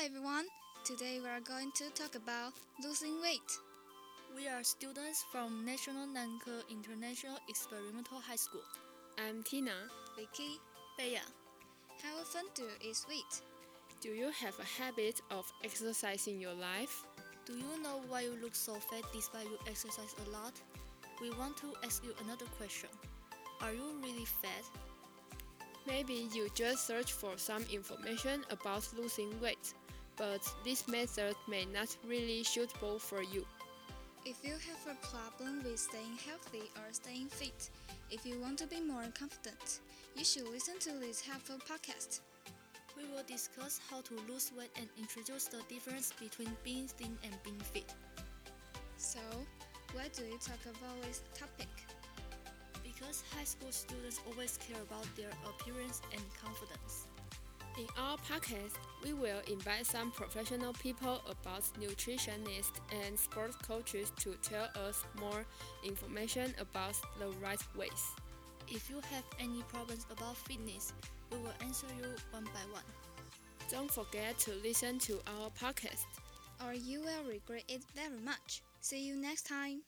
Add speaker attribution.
Speaker 1: everyone. Today we are going to talk about losing weight.
Speaker 2: We are students from National Nanke International Experimental High School.
Speaker 3: I'm Tina.
Speaker 1: Vicky,
Speaker 2: Beiya,
Speaker 1: how often do you eat sweet?
Speaker 3: Do you have a habit of exercise in your life?
Speaker 2: do you know why you look so fat despite you exercise a lot? We want to ask you another question. Are you really fat?
Speaker 3: Maybe you just search for some information about losing weight, but this method may not really suitable for you.
Speaker 1: If you have a problem with staying healthy or staying fit, if you want to be more confident, you should listen to this helpful podcast.
Speaker 2: We will discuss how to lose weight and introduce the difference between being thin and being fit.
Speaker 1: So, why do you talk about this topic?
Speaker 2: Because high school students always care about their appearance and confidence.
Speaker 3: In our podcast, we will invite some professional people about nutritionists and sports coaches to tell us more information about the right ways.
Speaker 2: If you have any problems about fitness, we will answer you one by one.
Speaker 3: Don't forget to listen to our podcast.
Speaker 1: Or you will regret it very much. See you next time.